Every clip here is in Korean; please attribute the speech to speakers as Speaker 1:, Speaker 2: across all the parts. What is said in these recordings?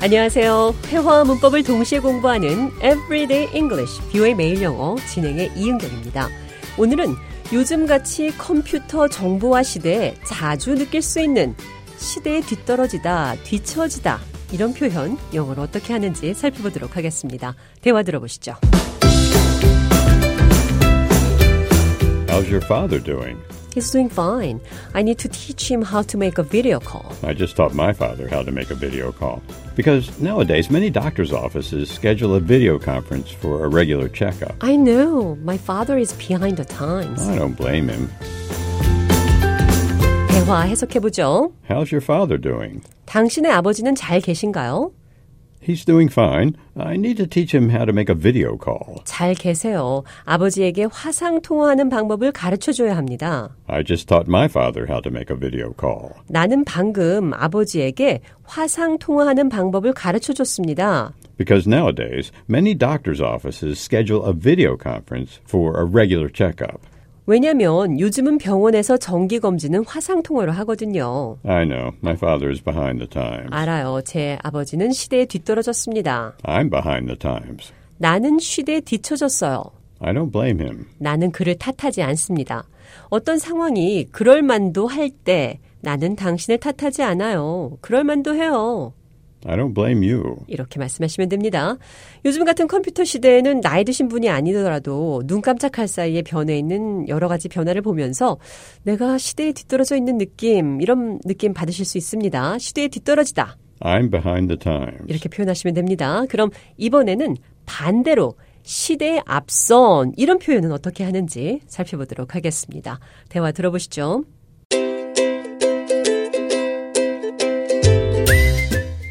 Speaker 1: 안녕하세요. 회화와 문법을 동시에 공부하는 Everyday English, 뷰의 매일 영어 진행의 이은경입니다. 오늘은 요즘같이 컴퓨터 정보화 시대에 자주 느낄 수 있는 시대에 뒤떨어지다, 뒤처지다 이런 표현 영어로 어떻게 하는지 살펴보도록 하겠습니다. 대화 들어보시죠.
Speaker 2: How's your father doing?
Speaker 1: He's doing fine. I need to teach him how to make a video call.
Speaker 2: I just taught my father how to make a video call. Because nowadays, many doctor's offices schedule a video conference for a regular checkup.
Speaker 1: I know. My father is behind the times.
Speaker 2: I don't blame him.
Speaker 1: 대화 해석해보죠.
Speaker 2: How's your father doing?
Speaker 1: 당신의 아버지는 잘 계신가요?
Speaker 2: He's doing fine. I need to teach him how to make a video call.
Speaker 1: 잘 계세요. 아버지에게 화상 통화하는 방법을 가르쳐 줘야 합니다.
Speaker 2: I just taught my father how to make a video call.
Speaker 1: 나는 방금 아버지에게 화상 통화하는 방법을 가르쳐 줬습니다.
Speaker 2: Because nowadays, many doctor's offices schedule a video conference for a regular checkup.
Speaker 1: 왜냐면 요즘은 병원에서 정기 검진은 화상 통화로 하거든요.
Speaker 2: I know, my father is behind the times.
Speaker 1: 알아요. 제 아버지는 시대에 뒤떨어졌습니다.
Speaker 2: I'm behind the times.
Speaker 1: 나는 시대에 뒤처졌어요.
Speaker 2: I don't blame him.
Speaker 1: 나는 그를 탓하지 않습니다. 어떤 상황이 그럴 만도 할 때 나는 당신을 탓하지 않아요. 그럴 만도 해요.
Speaker 2: I don't blame you.
Speaker 1: 이렇게 말씀하시면 됩니다. 요즘 같은 컴퓨터 시대에는 나이 드신 분이 아니더라도 눈 깜짝할 사이에 변해 있는 여러 가지 변화를 보면서 내가 시대에 뒤떨어져 있는 느낌, 이런 느낌 받으실 수 있습니다. 시대에 뒤떨어지다.
Speaker 2: I'm behind the times.
Speaker 1: 이렇게 표현하시면 됩니다. 그럼 이번에는 반대로 시대에 앞선 이런 표현은 어떻게 하는지 살펴보도록 하겠습니다. 대화 들어보시죠.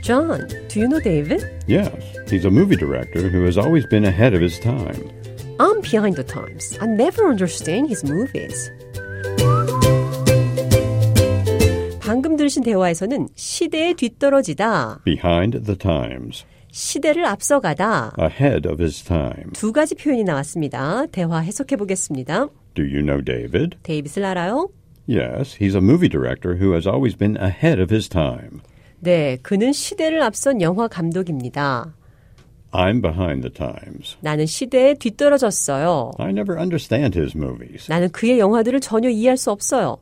Speaker 1: John, do you know David?
Speaker 2: Yes, he's a movie director who has always been ahead of his time.
Speaker 1: I'm behind the times. I never understand his movies. 방금 들으신 대화에서는 시대에 뒤떨어지다,
Speaker 2: Behind the times.
Speaker 1: 시대를 앞서가다
Speaker 2: Ahead of his time.
Speaker 1: 두 가지 표현이 나왔습니다. 대화 해석해 보겠습니다.
Speaker 2: Do you know David?
Speaker 1: 데이빗을 알아요?
Speaker 2: Yes, he's a movie director who has always been ahead of his time.
Speaker 1: 네, 그는 시대를 앞선 영화 감독입니다.
Speaker 2: I'm behind the times.
Speaker 1: 나는 시대에 뒤떨어졌어요.
Speaker 2: I never understand his movies.
Speaker 1: 나는 그의 영화들을 전혀 이해할 수 없어요.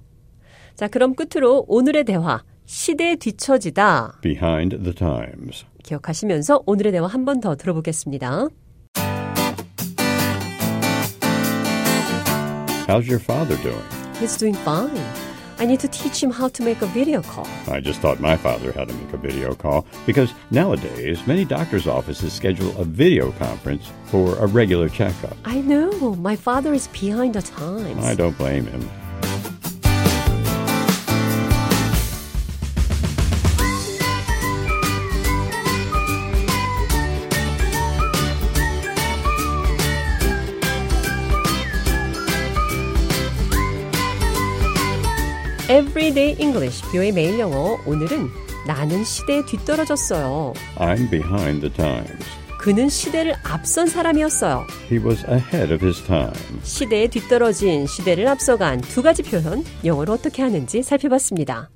Speaker 1: 자, 그럼 끝으로 오늘의 대화. 시대에 뒤처지다.
Speaker 2: Behind the times.
Speaker 1: 기억하시면서 오늘의 대화 한 번 더 들어보겠습니다.
Speaker 2: How's your father doing?
Speaker 1: He's doing fine. I need to teach him how to make a video call.
Speaker 2: I just taught my father how to make a video call because nowadays many doctor's offices schedule a video conference for a regular checkup.
Speaker 1: I know. My father is behind the times.
Speaker 2: I don't blame him.
Speaker 1: Everyday English, 뷰의 매일 영어. 오늘은 나는 시대에 뒤떨어졌어요.
Speaker 2: I'm behind the times.
Speaker 1: 그는 시대를 앞선 사람이었어요.
Speaker 2: He was ahead of his time.
Speaker 1: 시대에 뒤떨어진 시대를 앞서간 두 가지 표현, 영어로 어떻게 하는지 살펴봤습니다.